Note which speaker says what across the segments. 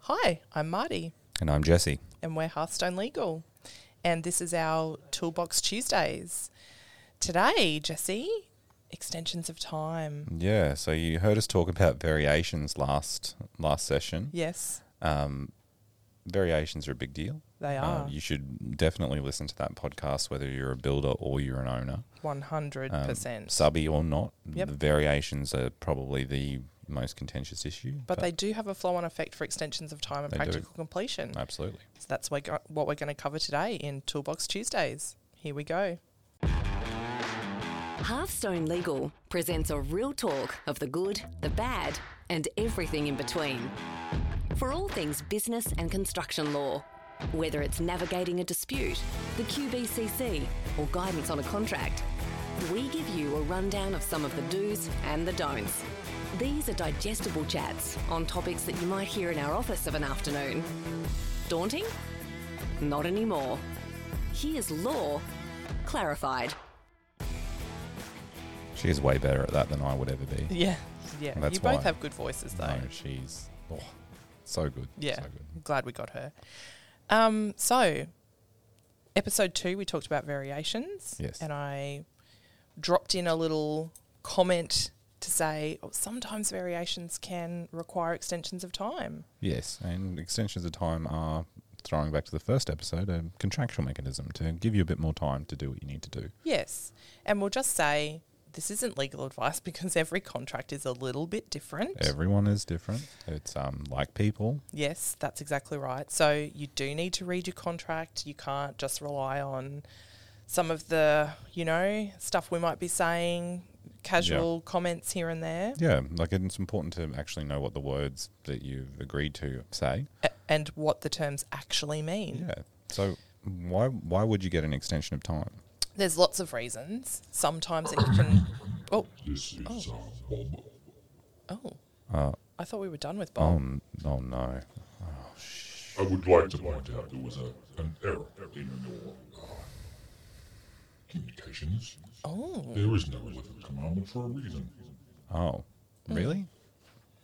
Speaker 1: Hi, I'm Marty,
Speaker 2: And I'm Jesse.
Speaker 1: and we're Hearthstone Legal, and this is our Toolbox Tuesdays. Today, Jesse, extensions of time.
Speaker 2: Yeah, so you heard us talk about variations last last session.
Speaker 1: Yes,
Speaker 2: Um, variations are a big deal.
Speaker 1: they
Speaker 2: Uh,
Speaker 1: are
Speaker 2: you should definitely listen to that podcast, whether you're a builder or you're an owner,
Speaker 1: one hundred
Speaker 2: um,
Speaker 1: percent.
Speaker 2: subby or not.
Speaker 1: Yep.
Speaker 2: The variations are probably the most contentious issue.
Speaker 1: But they do have a flow-on effect for extensions of time and
Speaker 2: They do. Uh,
Speaker 1: practical completion.
Speaker 2: absolutely.
Speaker 1: So that's what go- what we're going to cover today in Toolbox Tuesdays. Here we go.
Speaker 3: Hearthstone Legal presents a real talk of the good, the bad, and everything in between. For all things business and construction law, whether it's navigating a dispute, the QBCC, or guidance on a contract, we give you a rundown of some of the do's and the don'ts. These are digestible chats on topics that you might hear in our office of an afternoon. Daunting? Not anymore. Here's law clarified.
Speaker 2: She's way better at that than I would ever be.
Speaker 1: Yeah, yeah.
Speaker 2: That's
Speaker 1: you both
Speaker 2: why.
Speaker 1: have good voices, though.
Speaker 2: No, she's oh, so good.
Speaker 1: Yeah.
Speaker 2: So good.
Speaker 1: Glad we got her. Um, so, episode two, we talked about variations.
Speaker 2: Yes.
Speaker 1: And I dropped in a little comment to say oh, sometimes variations can require extensions of time.
Speaker 2: Yes, and extensions of time are, throwing back to the first episode, a contractual mechanism to give you a bit more time to do what you need to do.
Speaker 1: Yes. And we'll just say this isn't legal advice because every contract is a little bit different.
Speaker 2: Everyone is different. It's um, like people.
Speaker 1: Yes, that's exactly right. So you do need to read your contract. You can't just rely on some of the, you know, stuff we might be saying, casual comments here and there,
Speaker 2: Yeah, like it's important to actually know what the words that you've agreed to say.
Speaker 1: a- and what the terms actually mean.
Speaker 2: Yeah. So why why would you get an extension of time?
Speaker 1: There's lots of reasons. Sometimes it can. Oh,
Speaker 4: uh,
Speaker 1: oh,
Speaker 2: Uh,
Speaker 1: I thought we were done with
Speaker 2: oh,
Speaker 1: Bob.
Speaker 2: n- oh no.
Speaker 4: I would like to point out there was a, an error in your uh, communications.
Speaker 1: Oh,
Speaker 4: There is no 11th commandment for a reason.
Speaker 2: Oh, really?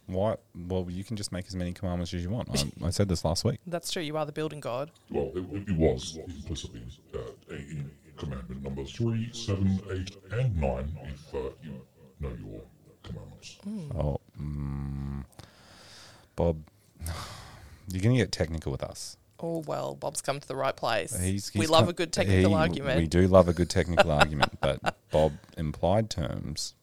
Speaker 2: Why? Well, you can just make as many commandments as you want. I, I said this last week.
Speaker 1: that's true. You are the building god.
Speaker 4: Well, it, it was implicitly uh, in commandment number 3, 7, 8, and 9 if uh, you know your commandments.
Speaker 1: Hmm.
Speaker 2: Oh, mm, Bob, you're going to get technical with us.
Speaker 1: Oh well, Bob's come to the right place.
Speaker 2: He's-
Speaker 1: we
Speaker 2: he's
Speaker 1: love
Speaker 2: come-
Speaker 1: a good technical
Speaker 2: he-
Speaker 1: argument.
Speaker 2: We do love a good technical argument, but Bob implied terms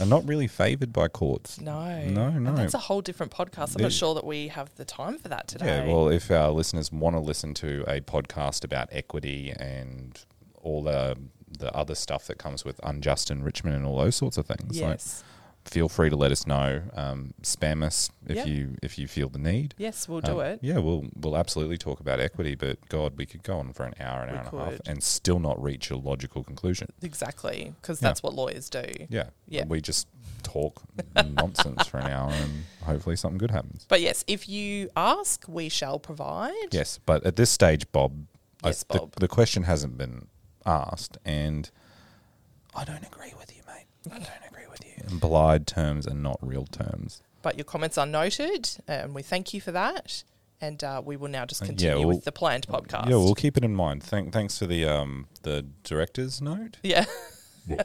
Speaker 2: are not really favoured by courts.
Speaker 1: No.
Speaker 2: No,
Speaker 1: And
Speaker 2: no.
Speaker 1: that's a whole different podcast. I'm
Speaker 2: It-
Speaker 1: not sure that we have the time for that today.
Speaker 2: Yeah, well, if our listeners want to listen to a podcast about equity and all the the other stuff that comes with unjust enrichment and all those sorts of things, like,
Speaker 1: yes.
Speaker 2: feel free to let us know. Um, spam us if
Speaker 1: Yeah.
Speaker 2: you if you feel the need.
Speaker 1: yes, we'll do
Speaker 2: Um,
Speaker 1: it.
Speaker 2: Yeah, we'll we'll absolutely talk about equity, but God, we could go on for an hour, an
Speaker 1: We
Speaker 2: hour and a half,
Speaker 1: could.
Speaker 2: and still not reach a logical conclusion.
Speaker 1: Exactly. Because
Speaker 2: Yeah.
Speaker 1: that's what lawyers do.
Speaker 2: Yeah,
Speaker 1: Yeah.
Speaker 2: We just talk nonsense for an hour, and hopefully something good happens.
Speaker 1: But yes, if you ask, we shall provide.
Speaker 2: Yes, but at this stage, Bob, I-
Speaker 1: Yes,
Speaker 2: the-
Speaker 1: Bob.
Speaker 2: The, question hasn't been asked, and I don't agree with you, mate. I don't agree with you. Implied terms and not real terms.
Speaker 1: But your comments are noted, and we thank you for that. And uh, we will now just
Speaker 2: Uh, yeah,
Speaker 1: continue
Speaker 2: we'll- uh,
Speaker 1: with the planned podcast.
Speaker 2: Yeah, we'll keep it in mind. Thank, thanks for the um the director's note.
Speaker 1: Yeah.
Speaker 4: Well,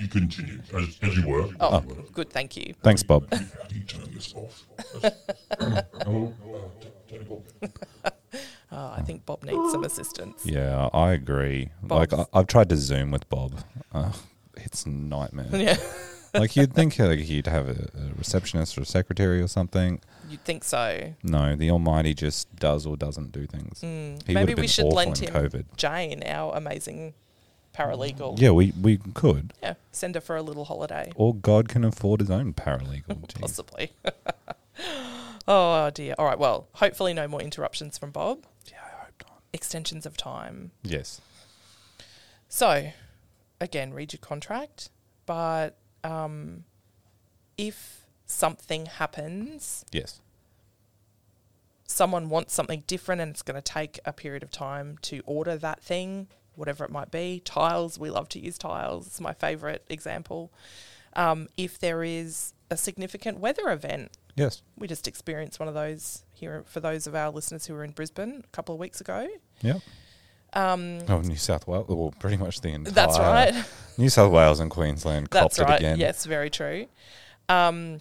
Speaker 4: you continue as, as you were.
Speaker 1: Oh, good. Thank you.
Speaker 2: Thanks, Bob.
Speaker 4: How do you turn this off? That's- Hello, uh, t- technical.
Speaker 1: Oh, I think Bob needs some assistance.
Speaker 2: Yeah, I agree. like
Speaker 1: Bob's-
Speaker 2: I, I've tried to Zoom with Bob. Uh, it's a nightmare.
Speaker 1: Yeah.
Speaker 2: like you'd think like, he'd have a, a receptionist or a secretary or something.
Speaker 1: You'd think so.
Speaker 2: No, the Almighty just does or doesn't do things. he would
Speaker 1: Hmm. Maybe
Speaker 2: have
Speaker 1: we
Speaker 2: been
Speaker 1: should
Speaker 2: awful
Speaker 1: lend
Speaker 2: in
Speaker 1: him
Speaker 2: COVID.
Speaker 1: Jane, our amazing paralegal.
Speaker 2: Yeah, we, we could.
Speaker 1: Yeah, send her for a little holiday.
Speaker 2: Or God can afford his own paralegal. Jeez.
Speaker 1: Possibly. oh dear. All right. Well, hopefully no more interruptions from Bob.
Speaker 2: Yeah, I hope not.
Speaker 1: Extensions of time.
Speaker 2: Yes.
Speaker 1: So, again, read your contract. But um, if something happens,
Speaker 2: Yes.
Speaker 1: someone wants something different, and it's going to take a period of time to order that thing, whatever it might be. Tiles. We love to use tiles. It's my favorite example. Um, if there is a significant weather event
Speaker 2: Yes.
Speaker 1: We just experienced one of those here for those of our listeners who were in Brisbane a couple of weeks ago.
Speaker 2: Yeah. Um, oh, New South Wales. Well, pretty much the entire.
Speaker 1: That's right.
Speaker 2: New South Wales and Queensland copped
Speaker 1: That's right.
Speaker 2: it again.
Speaker 1: Yes, very true. Um,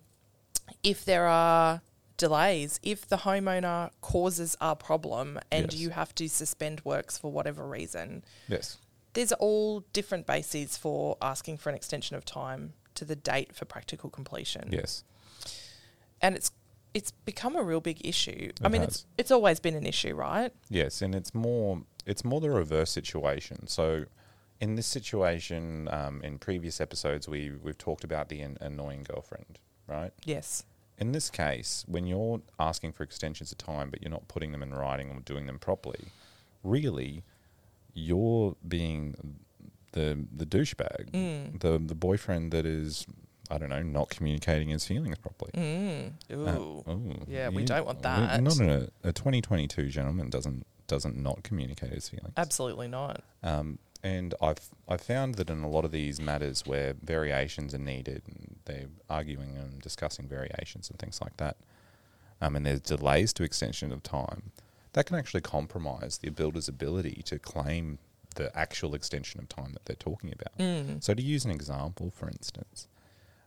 Speaker 1: if there are delays, if the homeowner causes a problem and
Speaker 2: Yes.
Speaker 1: you have to suspend works for whatever reason,
Speaker 2: Yes.
Speaker 1: there's all different bases for asking for an extension of time to the date for practical completion.
Speaker 2: Yes.
Speaker 1: And it's it's become a real big issue. I
Speaker 2: It
Speaker 1: mean,
Speaker 2: has.
Speaker 1: it's it's always been an issue, right?
Speaker 2: Yes, and it's more it's more the reverse situation. So, in this situation, um, in previous episodes, we we've talked about the an- annoying girlfriend, right?
Speaker 1: Yes.
Speaker 2: In this case, when you're asking for extensions of time, but you're not putting them in writing or doing them properly, really, you're being the the douchebag, the the boyfriend that is, I don't know, not communicating his feelings properly. Uh,
Speaker 1: Ooh.
Speaker 2: Ooh,
Speaker 1: Yeah, we
Speaker 2: oh, you-
Speaker 1: don't want
Speaker 2: we-
Speaker 1: that.
Speaker 2: Not in a, a 2022 gentleman doesn't doesn't not communicate his feelings.
Speaker 1: Absolutely not.
Speaker 2: Um, and I've I've found that in a lot of these matters where variations are needed, and they're arguing and discussing variations and things like that, um, and there's delays to extension of time, that can actually compromise the builder's ability to claim the actual extension of time that they're talking about. So to use an example, for instance.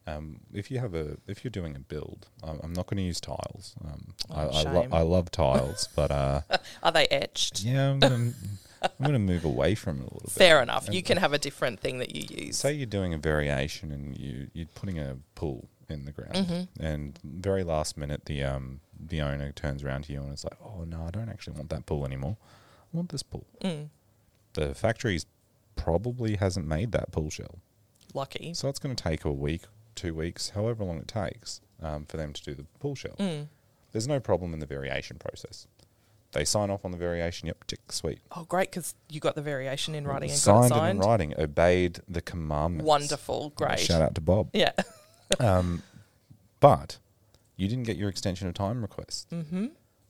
Speaker 2: Um, if you have a, if you're doing a build, um, I'm I'm not going to use tiles. Um, I, I, lo-
Speaker 1: shame.
Speaker 2: I love tiles, but uh,
Speaker 1: Are they etched?
Speaker 2: yeah, I'm going to I'm going to move away from it a little bit.
Speaker 1: Fair enough. You can have a different thing that you use.
Speaker 2: Say you're doing a variation and you you're putting a pool in the ground,
Speaker 1: Mm-hmm.
Speaker 2: and very last minute the um the owner turns around to you and is like, "Oh no, I don't actually want that pool anymore. I want this pool."
Speaker 1: Mm.
Speaker 2: The factory's probably hasn't made that pool shell,
Speaker 1: Lucky.
Speaker 2: so it's going to take a week, two weeks, however long it takes um, for them to do the pool shell.
Speaker 1: Mm.
Speaker 2: There's no problem in the variation process. They sign off on the variation. Yep, tick, sweet.
Speaker 1: Oh, great, because you got the variation in writing and got it
Speaker 2: signed,
Speaker 1: signed.
Speaker 2: and in writing, obeyed the commandments.
Speaker 1: Wonderful.
Speaker 2: Yeah,
Speaker 1: Great.
Speaker 2: Shout out to Bob.
Speaker 1: Yeah.
Speaker 2: But you didn't get your extension of time request. Mm-hmm.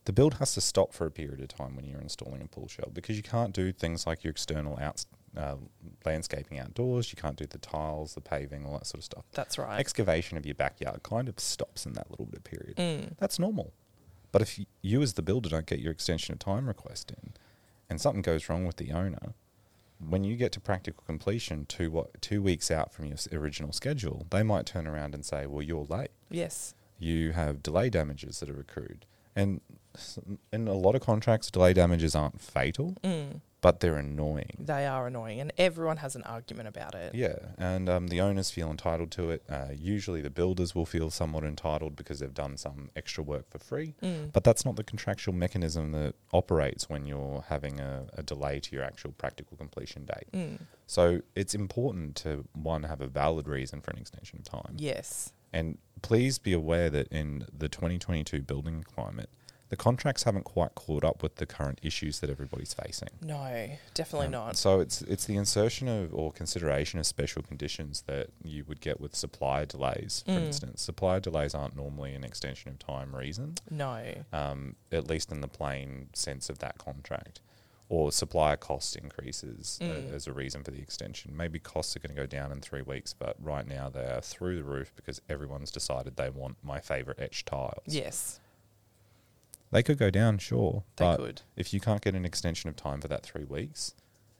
Speaker 2: The build has to stop for a period of time when you're installing a pool shell because you can't do things like your external outs uh, landscaping outdoors. You can't do the tiles, the paving, all that sort of stuff.
Speaker 1: That's right.
Speaker 2: Excavation of your backyard kind of stops in that little bit of period. That's normal. But if y- you, as the builder, don't get your extension of time request in, and something goes wrong with the owner, when you get to practical completion two what two weeks out from your s- original schedule, they might turn around and say, "Well, you're late.
Speaker 1: yes.
Speaker 2: You have delay damages that are accrued." And s- in a lot of contracts, delay damages aren't fatal, but they're annoying.
Speaker 1: They are annoying, and everyone has an argument about it.
Speaker 2: Yeah, and um, the owners feel entitled to it. Uh, usually, the builders will feel somewhat entitled because they've done some extra work for free. But that's not the contractual mechanism that operates when you're having a, a delay to your actual practical completion date. So it's important to one have a valid reason for an extension of time.
Speaker 1: Yes.
Speaker 2: And please be aware that in the 2022 building climate, the contracts haven't quite caught up with the current issues that everybody's facing.
Speaker 1: No, definitely
Speaker 2: Um,
Speaker 1: not.
Speaker 2: So it's it's the insertion of or consideration of special conditions that you would get with supplier delays, for instance. Supplier delays aren't normally an extension of time reason,
Speaker 1: No.
Speaker 2: um, at least in the plain sense of that contract. Or supplier cost increases a-
Speaker 1: Mm.
Speaker 2: as a reason for the extension. Maybe costs are going to go down in three weeks, but right now they are through the roof because everyone's decided they want my favorite etched tiles.
Speaker 1: Yes.
Speaker 2: They could go down, sure.
Speaker 1: They
Speaker 2: but
Speaker 1: could.
Speaker 2: If you can't get an extension of time for that three weeks,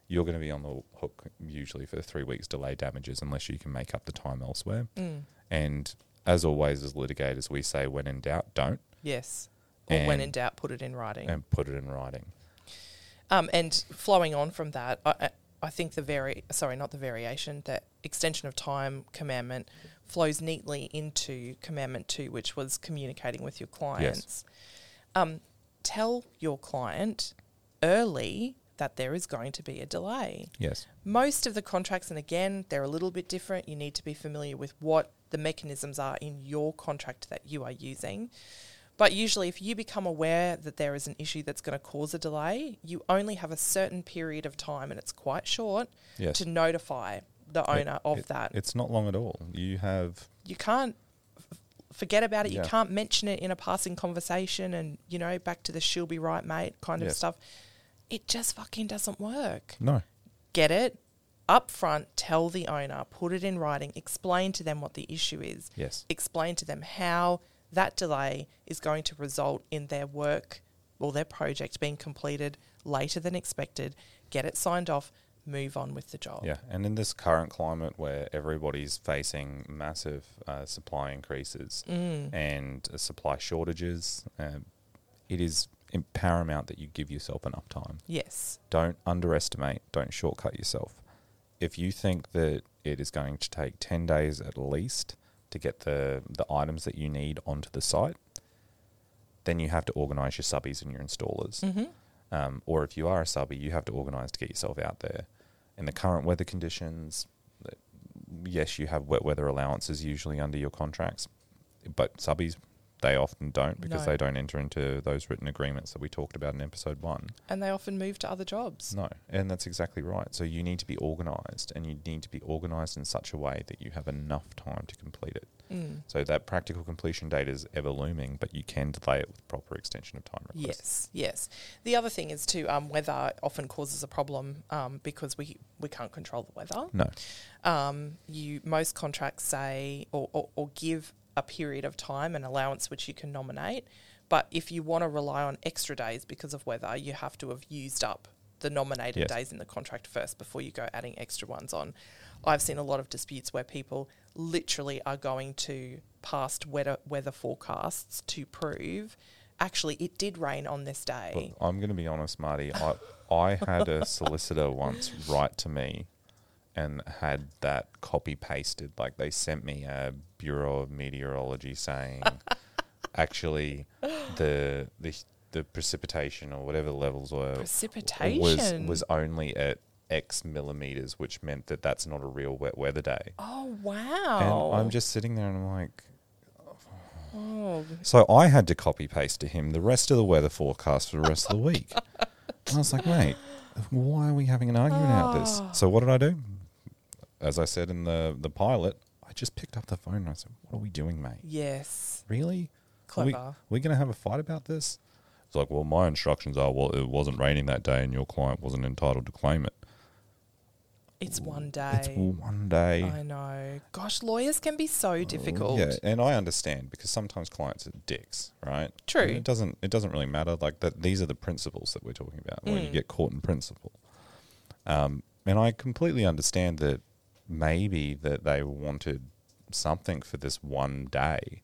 Speaker 2: you're going to be on the hook usually for three weeks delay damages unless you can make up the time elsewhere.
Speaker 1: Mm.
Speaker 2: And as always, as litigators, we say when in doubt, don't,
Speaker 1: Yes. Or when in
Speaker 2: And-
Speaker 1: doubt, put it in writing.
Speaker 2: and put it in writing.
Speaker 1: Um, and flowing on from that, I, I- I think the vari sorry, not the variation, that extension of time commandment flows neatly into commandment two, which was communicating with your clients. Um, tell your client early that there is going to be a delay.
Speaker 2: Yes.
Speaker 1: Most of the contracts, and again, they're a little bit different. You need to be familiar with what the mechanisms are in your contract that you are using. But usually, if you become aware that there is an issue that's going to cause a delay, you only have a certain period of time, and it's quite short,
Speaker 2: Yes.
Speaker 1: to notify the owner of
Speaker 2: It-
Speaker 1: that.
Speaker 2: It's not long at all. You have,
Speaker 1: You can't f- forget about it. You
Speaker 2: Yeah.
Speaker 1: can't mention it in a passing conversation and, you know, back to the she'll be right, mate kind of
Speaker 2: Yes.
Speaker 1: stuff. It just fucking doesn't work
Speaker 2: no,
Speaker 1: get it up front, tell the owner, put it in writing, explain to them what the issue is,
Speaker 2: Yes.
Speaker 1: explain to them how that delay is going to result in their work or their project being completed later than expected, get it signed off, move on with the job.
Speaker 2: Yeah, and in this current climate where everybody's facing massive uh, supply increases
Speaker 1: Mm.
Speaker 2: and uh, supply shortages, um, it is im- paramount that you give yourself enough time.
Speaker 1: Yes.
Speaker 2: Don't underestimate, don't shortcut yourself. If you think that it is going to take 10 days at least to get the, the items that you need onto the site, then you have to organize your subbies and your installers. Um, or if you are a subby, you have to organize to get yourself out there. In the current weather conditions, uh, yes, you have wet weather allowances usually under your contracts, but subbies, they often don't because
Speaker 1: No.
Speaker 2: they don't enter into those written agreements that we talked about in episode one.
Speaker 1: And they often move to other jobs.
Speaker 2: No, and that's exactly right. So you need to be organised, and you need to be organised in such a way that you have enough time to complete it.
Speaker 1: Mm.
Speaker 2: So that practical completion date is ever looming, but you can delay it with proper extension Mm, of time requests.
Speaker 1: Yes, yes. The other thing is too, um, weather often causes a problem um, because we we can't control the weather.
Speaker 2: No.
Speaker 1: um, you most contracts say or, or, or give a period of time an allowance which you can nominate but if you want to rely on extra days because of weather you have to have used up the nominated
Speaker 2: Yes.
Speaker 1: days in the contract first before you go adding extra ones on i've seen a lot of disputes where people literally are going to past weather weather forecasts to prove actually it did rain on this day
Speaker 2: Look, I'm going to be honest, Marty. I I had a solicitor once write to me, and had that copy pasted. Like they sent me a Bureau of Meteorology saying, actually, the the the precipitation or whatever the levels were
Speaker 1: precipitation
Speaker 2: was was only at X millimeters, which meant that that's not a real wet weather day.
Speaker 1: oh
Speaker 2: And
Speaker 1: wow
Speaker 2: I'm just sitting there and I'm like,
Speaker 1: oh,
Speaker 2: so I had to copy paste to him the rest of the weather forecast for the rest of the week. And I was like, mate, why are we having an argument about this?
Speaker 1: Ah.
Speaker 2: So what did I do? As I said in the, the pilot, I just picked up the phone and I said, what are we doing, mate?
Speaker 1: yes
Speaker 2: Really? Are
Speaker 1: Clever.
Speaker 2: we, going to have a fight about this? It's like, well, my instructions are, well, it wasn't raining that day and your client wasn't entitled to claim it.
Speaker 1: it's one day
Speaker 2: It's one day.
Speaker 1: I know. Gosh, lawyers can be so difficult.
Speaker 2: Oh, Yeah, and I understand because sometimes clients are dicks, right?
Speaker 1: True.
Speaker 2: And it doesn't it doesn't really matter. Like that, these are the principles that we're talking about when
Speaker 1: Mm.
Speaker 2: you get caught in principle. Um, and I completely understand that maybe that they wanted something for this one day.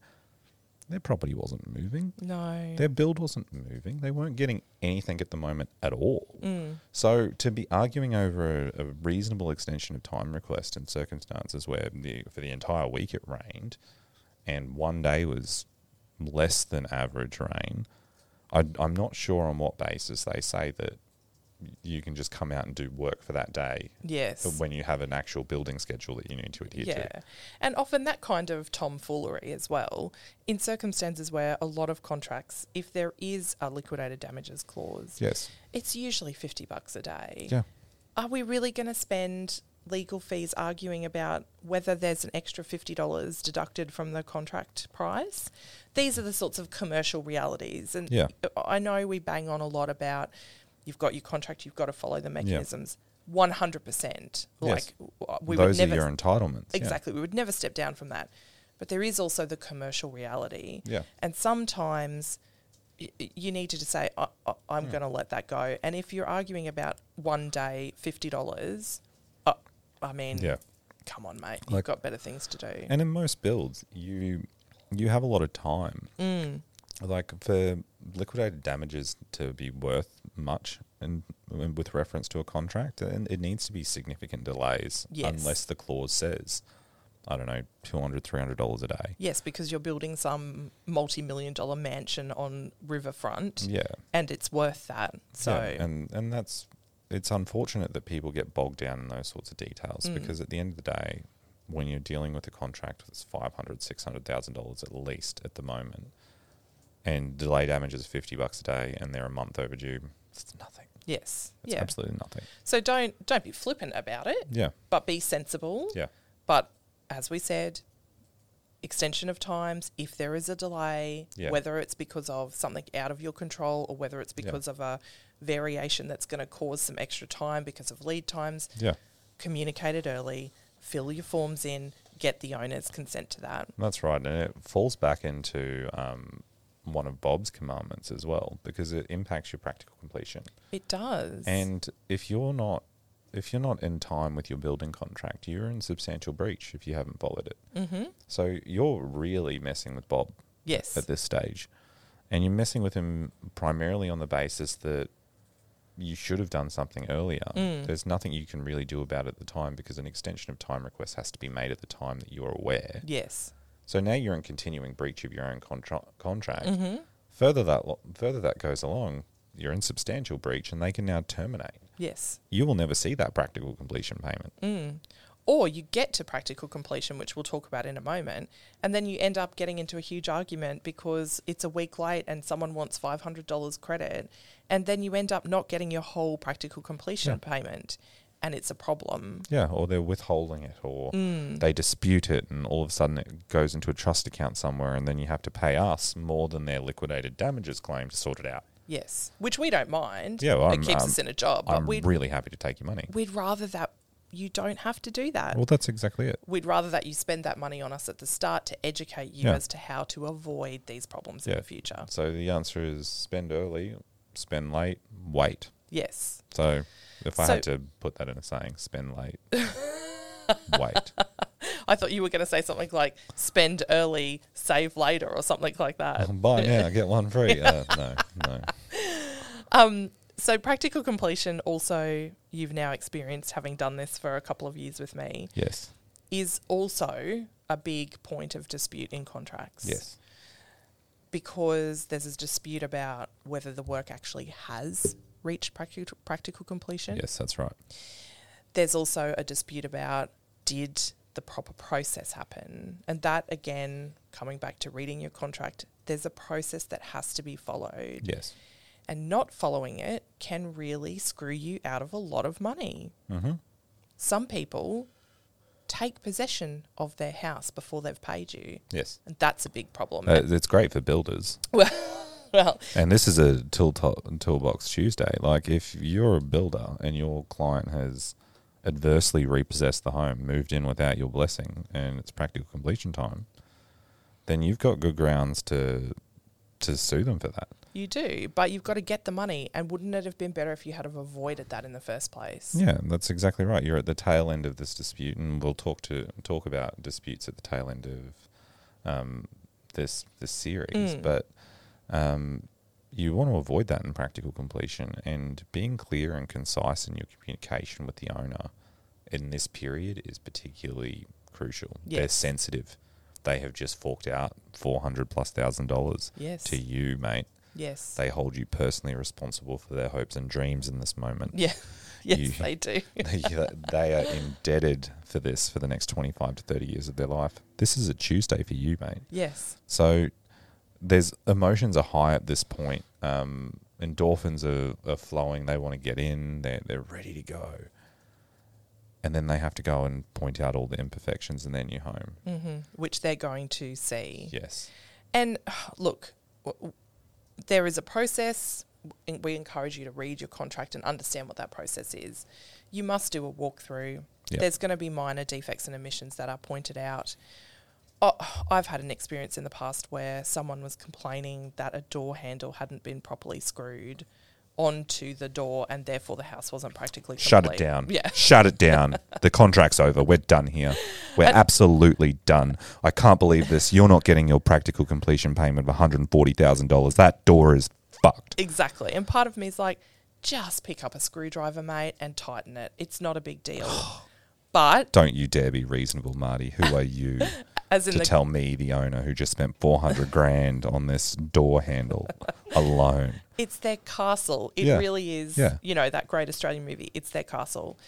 Speaker 2: Their property wasn't moving.
Speaker 1: No.
Speaker 2: Their build wasn't moving. They weren't getting anything at the moment at all.
Speaker 1: Mm.
Speaker 2: So to be arguing over a, a reasonable extension of time request in circumstances where the, for the entire week it rained, and one day was less than average rain, I, I'm not sure on what basis they say that you can just come out and do work for that day
Speaker 1: yes.
Speaker 2: when you have an actual building schedule that you need to adhere
Speaker 1: Yeah.
Speaker 2: to.
Speaker 1: And often that kind of tomfoolery as well, in circumstances where a lot of contracts, if there is a liquidated damages clause,
Speaker 2: Yes.
Speaker 1: it's usually 50 bucks a day.
Speaker 2: Yeah.
Speaker 1: Are we really going to spend legal fees arguing about whether there's an extra $50 deducted from the contract price? These are the sorts of commercial realities. And
Speaker 2: Yeah.
Speaker 1: I know we bang on a lot about you've got your contract, you've got to follow the mechanisms. 100%. Like w- we
Speaker 2: Those
Speaker 1: would
Speaker 2: are
Speaker 1: never
Speaker 2: your entitlements. yeah.
Speaker 1: Exactly. We would never step down from that. But there is also the commercial reality.
Speaker 2: Yeah.
Speaker 1: And sometimes y- y- you need to just say, I, I, I'm
Speaker 2: Mm.
Speaker 1: going to let that go. And if you're arguing about one day, $50, uh, I mean,
Speaker 2: Yeah.
Speaker 1: come on, mate. You've
Speaker 2: Like-
Speaker 1: got better things to do.
Speaker 2: And in most builds, you you have a lot of time. Like for liquidated damages to be worth much, and with reference to a contract, and it needs to be significant delays,
Speaker 1: Yes.
Speaker 2: unless the clause says, I don't know, two hundred, three hundred dollars a day.
Speaker 1: yes, because you're building some multi million dollar mansion on riverfront
Speaker 2: Yeah.
Speaker 1: and it's worth that. So,
Speaker 2: yeah. and and that's it's unfortunate that people get bogged down in those sorts of
Speaker 1: Mm.
Speaker 2: details because at the end of the day, when you're dealing with a contract that's five hundred, six hundred thousand dollars at least at the moment, and delay damage is fifty bucks a day, and they're a month overdue, it's nothing.
Speaker 1: yes.
Speaker 2: It's
Speaker 1: yeah.
Speaker 2: absolutely nothing.
Speaker 1: So don't don't be flippant about it,
Speaker 2: Yeah,
Speaker 1: but be sensible.
Speaker 2: yeah,
Speaker 1: But as we said, extension of times, if there is a delay,
Speaker 2: Yeah.
Speaker 1: whether it's because of something out of your control or whether it's because of a variation that's going to cause some extra time because of lead times,
Speaker 2: yeah,
Speaker 1: communicate it early, fill your forms in, get the owner's consent to that.
Speaker 2: That's right, and it falls back into um, one of Bob's commandments as well because it impacts your practical completion.
Speaker 1: It does.
Speaker 2: And if you're not if you're not in time with your building contract, you're in substantial breach if you haven't followed it. Mm-hmm. So you're really messing with Bob
Speaker 1: yes,
Speaker 2: at this stage, and you're messing with him primarily on the basis that you should have done something earlier. There's nothing you can really do about it at the time because an extension of time request has to be made at the time that you're aware.
Speaker 1: yes,
Speaker 2: So now you're in continuing breach of your own contra- contract. Further that lo- further that goes along, you're in substantial breach, and they can now terminate.
Speaker 1: yes.
Speaker 2: You will never see that practical completion payment.
Speaker 1: Mm. Or you get to practical completion, which we'll talk about in a moment, and then you end up getting into a huge argument because it's a week late and someone wants five hundred dollars credit, and then you end up not getting your whole practical completion payment, and it's a problem.
Speaker 2: Yeah, or they're withholding it, or
Speaker 1: Mm.
Speaker 2: they dispute it, and all of a sudden it goes into a trust account somewhere, and then you have to pay us more than their liquidated damages claim to sort it out.
Speaker 1: Yes, which we don't mind.
Speaker 2: Yeah, well,
Speaker 1: it
Speaker 2: I'm-
Speaker 1: keeps
Speaker 2: I'm-
Speaker 1: us in a job, but
Speaker 2: I'm
Speaker 1: we'd
Speaker 2: really happy to take your money.
Speaker 1: we'd rather that you don't have to do that.
Speaker 2: Well, that's exactly it.
Speaker 1: we'd rather that you spend that money on us at the start to educate you
Speaker 2: Yeah.
Speaker 1: as to how to avoid these problems in
Speaker 2: Yeah.
Speaker 1: the future.
Speaker 2: So the answer is spend early, spend late, wait.
Speaker 1: Yes.
Speaker 2: So if I
Speaker 1: So-
Speaker 2: had to put that in a saying, spend late, wait.
Speaker 1: I thought you were going to say something like spend early, save later, or something like that.
Speaker 2: Buy now, get one free. Uh, no, no.
Speaker 1: So, practical completion, also, you've now experienced having done this for a couple of years with me,
Speaker 2: Yes.
Speaker 1: is also a big point of dispute in contracts.
Speaker 2: Yes.
Speaker 1: because there's a dispute about whether the work actually has reached practical, practical completion.
Speaker 2: Yes, that's right.
Speaker 1: There's also a dispute about did the proper process happen? And that, again, coming back to reading your contract, there's a process that has to be followed.
Speaker 2: Yes.
Speaker 1: And not following it can really screw you out of a lot of money. Mm-hmm. Some people take possession of their house before they've paid you.
Speaker 2: Yes.
Speaker 1: And that's a big problem.
Speaker 2: Uh, it's great for builders.
Speaker 1: well,
Speaker 2: And this is a tool to- toolbox Tuesday. Like, if you're a builder and your client has adversely repossessed the home, moved in without your blessing, and it's practical completion time, then you've got good grounds to to sue them for that.
Speaker 1: You do, but you've got to get the money. And wouldn't it have been better if you had have avoided that in the first place?
Speaker 2: Yeah, that's exactly right. You're at the tail end of this dispute, and we'll talk to talk about disputes at the tail end of um, this this series.
Speaker 1: Mm.
Speaker 2: But um, you want to avoid that in practical completion, and being clear and concise in your communication with the owner in this period is particularly crucial. They're
Speaker 1: Yes.
Speaker 2: sensitive. They have just forked out four hundred plus thousand dollars
Speaker 1: Yes.
Speaker 2: to you, mate.
Speaker 1: Yes.
Speaker 2: They hold you personally responsible for their hopes and dreams in this moment.
Speaker 1: yeah. yes,
Speaker 2: You-
Speaker 1: they do.
Speaker 2: they, they are indebted for this for the next 25 to 30 years of their life. This is a Tuesday for you, mate.
Speaker 1: yes.
Speaker 2: So there's emotions are high at this point. Um, endorphins are, are flowing. They want to get in. They're, they're ready to go. And then they have to go and point out all the imperfections in their new home.
Speaker 1: Which they're going to see.
Speaker 2: Yes.
Speaker 1: And look, w- w- there is a process. and We encourage you to read your contract and understand what that process is. You must do a walkthrough.
Speaker 2: Yeah.
Speaker 1: There's going to be minor defects and omissions that are pointed out. Oh, I've had an experience in the past where someone was complaining that a door handle hadn't been properly screwed onto the door and therefore the house wasn't practically
Speaker 2: Shut it
Speaker 1: complete.
Speaker 2: down.
Speaker 1: Yeah.
Speaker 2: Shut it down. the contract's over. We're done here. We're absolutely done. I can't believe this. You're not getting your practical completion payment of $140,000. That door is fucked.
Speaker 1: Exactly. And part of me is like, just pick up a screwdriver, mate, and tighten it. It's not a big deal. but
Speaker 2: Don't you dare be reasonable, Marty. Who are you
Speaker 1: as in
Speaker 2: to
Speaker 1: the
Speaker 2: tell me, the owner who just spent 400 grand on this door handle alone?
Speaker 1: it's their castle. It
Speaker 2: Yeah.
Speaker 1: really is.
Speaker 2: Yeah.
Speaker 1: You know that great Australian movie. It's their castle.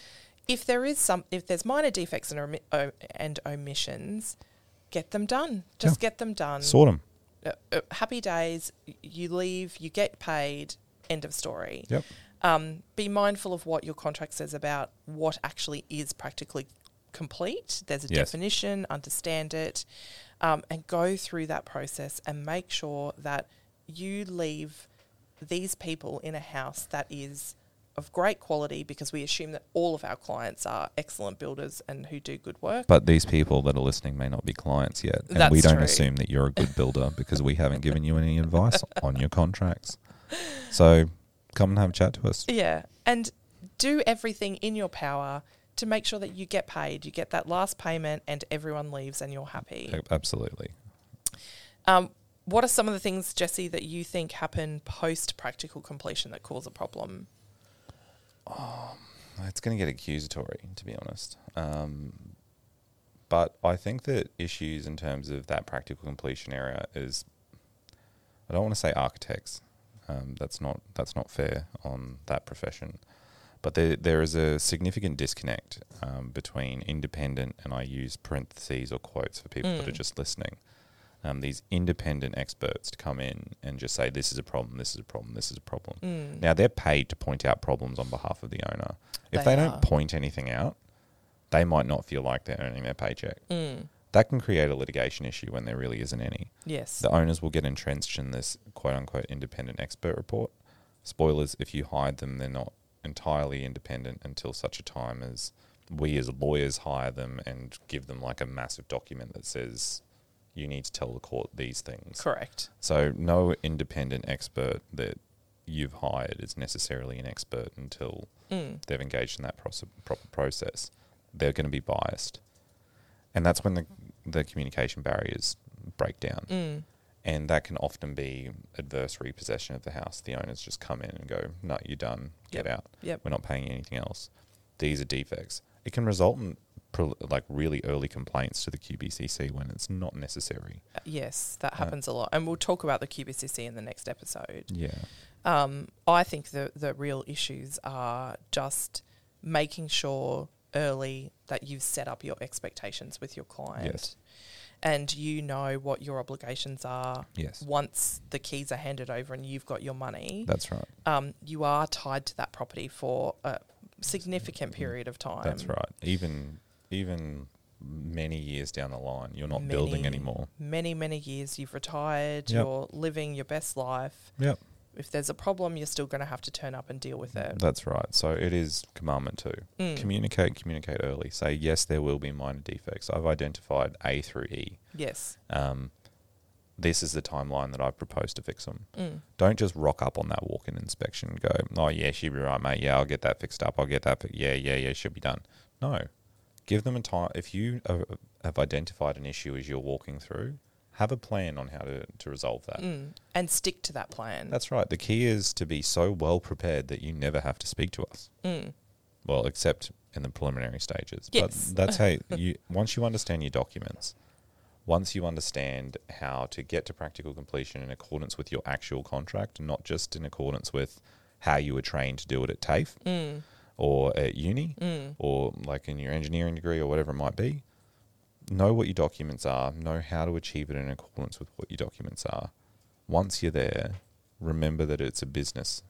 Speaker 1: If there is some, if there's minor defects and, omi- o- and omissions, get them done. Just get them done.
Speaker 2: Sort 'em.
Speaker 1: Uh, uh, happy days. y- You leave. You get paid. End of story.
Speaker 2: Yep.
Speaker 1: Um, be mindful of what your contract says about what actually is practically complete. There's a
Speaker 2: Yes.
Speaker 1: definition. Understand it, um, and go through that process and make sure that you leave these people in a house that is of great quality because we assume that all of our clients are excellent builders and who do good work.
Speaker 2: But these people that are listening may not be clients yet, and we
Speaker 1: That's
Speaker 2: don't
Speaker 1: true.
Speaker 2: assume that you're a good builder because we haven't given you any advice on your contracts. So come and have a chat to us.
Speaker 1: Yeah. And do everything in your power to make sure that you get paid, you get that last payment, and everyone leaves and you're happy.
Speaker 2: A- Absolutely.
Speaker 1: Um, what are some of the things, Jesse, that you think happen post practical completion that cause a problem?
Speaker 2: It's going to get accusatory, to be honest. Um, but I think that issues in terms of that practical completion area is, I don't want to say architects. Um, that's not that's not fair on that profession. But there there is a significant disconnect um, between independent and I use parentheses or quotes for people that are just listening. Um, these independent experts to come in and just say this is a problem, this is a problem, this is a problem. Now they're paid to point out problems on behalf of the owner. If they,
Speaker 1: They
Speaker 2: don't
Speaker 1: are.
Speaker 2: point anything out, they might not feel like they're earning their paycheck. That can create a litigation issue when there really isn't any.
Speaker 1: Yes.
Speaker 2: The owners will get entrenched in this quote unquote independent expert report. Spoilers if you hide them, they're not entirely independent until such a time as we as lawyers hire them and give them like a massive document that says you need to tell the court these things.
Speaker 1: Correct.
Speaker 2: So no independent expert that you've hired is necessarily an expert until
Speaker 1: Mm.
Speaker 2: they've engaged in that proce- proper process. They're going to be biased, and that's when the the communication barriers break down,
Speaker 1: Mm.
Speaker 2: and that can often be adversary possession of the house. The owners just come in and go, "No, you're done. Get
Speaker 1: Yep.
Speaker 2: out.
Speaker 1: Yep.
Speaker 2: We're not paying you anything else." These are defects. It can result in pro- like really early complaints to the QBCC when it's not necessary.
Speaker 1: Uh, Yes, that happens a lot. And we'll talk about the QBCC in the next episode.
Speaker 2: Yeah.
Speaker 1: Um, I think the, the real issues are just making sure early that you've set up your expectations with your client.
Speaker 2: Yes.
Speaker 1: And you know what your obligations are.
Speaker 2: Yes.
Speaker 1: Once the keys are handed over and you've got your money,
Speaker 2: That's right.
Speaker 1: um, you are tied to that property for a significant period of time.
Speaker 2: That's right. Even even many years down the line, you're not building
Speaker 1: Many-
Speaker 2: anymore.
Speaker 1: Many, many years you've retired,
Speaker 2: Yep.
Speaker 1: you're living your best life.
Speaker 2: Yep.
Speaker 1: If there's a problem, you're still going to have to turn up and deal with it.
Speaker 2: That's right. So it is commandment two. Communicate, communicate early. Say yes, there will be minor defects. I've identified A through E.
Speaker 1: Yes.
Speaker 2: Um, this is the timeline that I've proposed to fix them. Don't just rock up on that walk-in inspection and go, "Oh yeah, she'll be right, mate. Yeah, I'll get that fixed up. I'll get that. Fi- yeah, yeah, yeah, she'll be done." No, give them a time. If you uh, have identified an issue as you're walking through, have a plan on how to to resolve that.
Speaker 1: And stick to that plan.
Speaker 2: That's right. The key is to be so well prepared that you never have to speak to us. Well, except in the preliminary stages.
Speaker 1: Yes.
Speaker 2: But that's how you once you understand your documents, once you understand how to get to practical completion in accordance with your actual contract, not just in accordance with how you were trained to do it at TAFE or at uni or like in your engineering degree or whatever it might be, know what your documents are, know how to achieve it in accordance with what your documents are. Once you're there, remember that it's a business.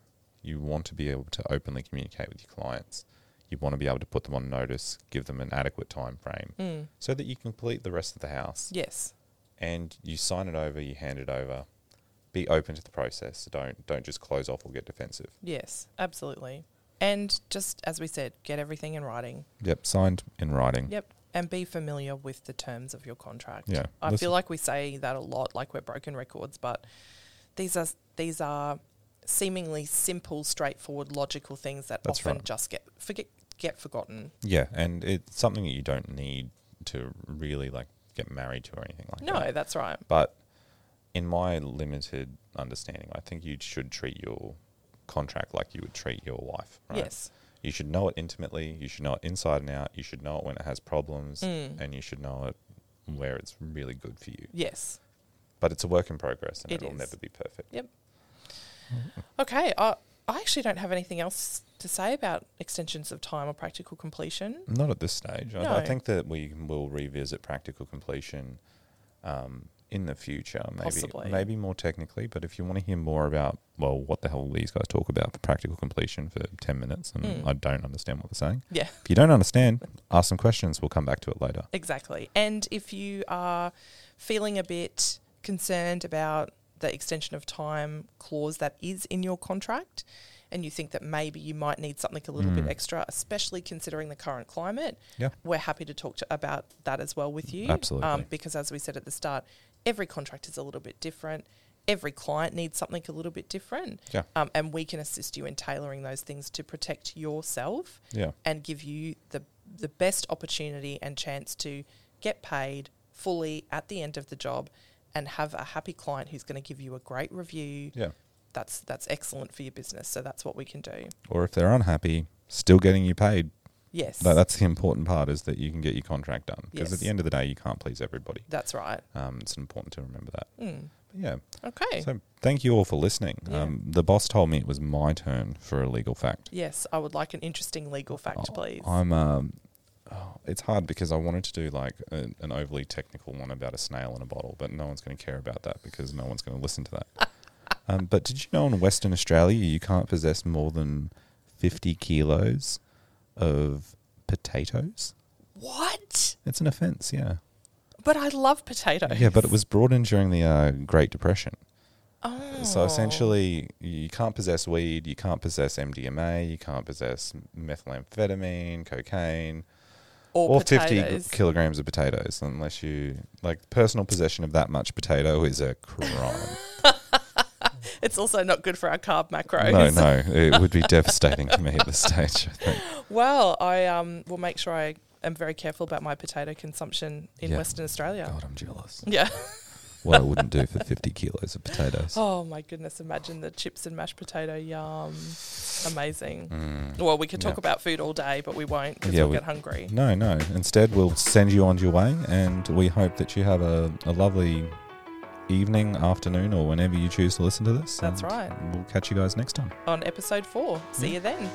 Speaker 2: You want to be able to openly communicate with your clients. You want to be able to put them on notice, give them an adequate time frame so that you complete the rest of the house
Speaker 1: yes.
Speaker 2: and you sign it over, you hand it over. Be open to the process. Don't don't just close off or get defensive.
Speaker 1: Yes. Absolutely. And just as we said, get everything in writing.
Speaker 2: Yep, signed in writing.
Speaker 1: Yep. And be familiar with the terms of your contract.
Speaker 2: Yeah,
Speaker 1: I
Speaker 2: listen-
Speaker 1: feel like we say that a lot, like we're broken records, but these are these are seemingly simple, straightforward, logical things that
Speaker 2: That's
Speaker 1: often
Speaker 2: right.
Speaker 1: just get forget get forgotten.
Speaker 2: Yeah, and it's something that you don't need to really like get married to or anything like that.
Speaker 1: No, that's right.
Speaker 2: But in my limited understanding, I think you should treat your contract like you would treat your wife. Right?
Speaker 1: Yes.
Speaker 2: You should know it intimately. You should know it inside and out. You should know it when it has problems,
Speaker 1: Mm.
Speaker 2: and you should know it where it's really good for you.
Speaker 1: Yes.
Speaker 2: But it's a work in progress, and
Speaker 1: It
Speaker 2: it will
Speaker 1: is.
Speaker 2: never be perfect.
Speaker 1: Yep. Okay. I I actually don't have anything else to say about extensions of time or practical completion.
Speaker 2: Not at this stage. I, I
Speaker 1: No.
Speaker 2: think that we will revisit practical completion um, in the future, maybe
Speaker 1: Possibly.
Speaker 2: maybe more technically. But if you want to hear more about, well, what the hell these guys talk about for practical completion for ten minutes, and
Speaker 1: Hmm.
Speaker 2: I don't understand what they're saying.
Speaker 1: Yeah.
Speaker 2: If you don't understand, ask some questions. We'll come back to it later.
Speaker 1: Exactly. And if you are feeling a bit concerned about the extension of time clause that is in your contract and you think that maybe you might need something a little bit extra, especially considering the current climate,
Speaker 2: Mm. Yeah. Mm,
Speaker 1: we're happy to talk to, about that as well with you. Um,
Speaker 2: Absolutely.
Speaker 1: because as we said at the start, every contract is a little bit different. Every client needs something a little bit different.
Speaker 2: Yeah.
Speaker 1: Um, and we can assist you in tailoring those things to protect yourself
Speaker 2: Yeah.
Speaker 1: and give you the the best opportunity and chance to get paid fully at the end of the job and have a happy client who's going to give you a great review.
Speaker 2: Yeah.
Speaker 1: That's that's excellent for your business. So that's what we can do.
Speaker 2: Or if they're unhappy, still getting you paid.
Speaker 1: Yes.
Speaker 2: Tha- That's the important part is that you can get your contract done. Because
Speaker 1: Yes.
Speaker 2: at the end of the day, you can't please everybody.
Speaker 1: that's right.
Speaker 2: Um, it's important to remember that.
Speaker 1: Hmm.
Speaker 2: But yeah.
Speaker 1: Okay.
Speaker 2: So thank you all for listening.
Speaker 1: Yeah.
Speaker 2: Um, the boss told me it was my turn for a legal fact.
Speaker 1: yes, I would like an interesting legal fact, please.
Speaker 2: Oh, I'm. Um, oh, it's hard because I wanted to do like a, an overly technical one about a snail in a bottle, but no one's going to care about that because no one's going to listen to that. um, but did you know in Western Australia you can't possess more than fifty kilos of potatoes?
Speaker 1: what?
Speaker 2: It's an offence, yeah.
Speaker 1: But I love potatoes.
Speaker 2: Yeah, but it was brought in during the uh, Great Depression.
Speaker 1: Oh.
Speaker 2: So essentially, you can't possess weed, you can't possess MDMA, you can't possess methamphetamine, cocaine,
Speaker 1: or,
Speaker 2: or
Speaker 1: potatoes.
Speaker 2: 50 kilograms of potatoes, unless you like personal possession of that much potato is a crime.
Speaker 1: It's also not good for our carb macros.
Speaker 2: no, no, it would be devastating to me at this stage. I think.
Speaker 1: Well, I um, will make sure I am very careful about my potato consumption in
Speaker 2: Yeah.
Speaker 1: Western Australia.
Speaker 2: God, I'm jealous.
Speaker 1: Yeah.
Speaker 2: What I wouldn't do for 50 kilos of potatoes.
Speaker 1: Oh my goodness! Imagine the chips and mashed potato. Yum. Amazing. Well, we could talk
Speaker 2: Mm. yeah.
Speaker 1: about food all day, but we won't because
Speaker 2: Yeah,
Speaker 1: we'll
Speaker 2: we-
Speaker 1: get hungry.
Speaker 2: No, no. Instead, we'll send you on your way, and we hope that you have a, a lovely evening, afternoon, or whenever you choose to listen to this.
Speaker 1: That's
Speaker 2: and
Speaker 1: right.
Speaker 2: We'll catch you guys next time. Mm.
Speaker 1: On episode four. See you then.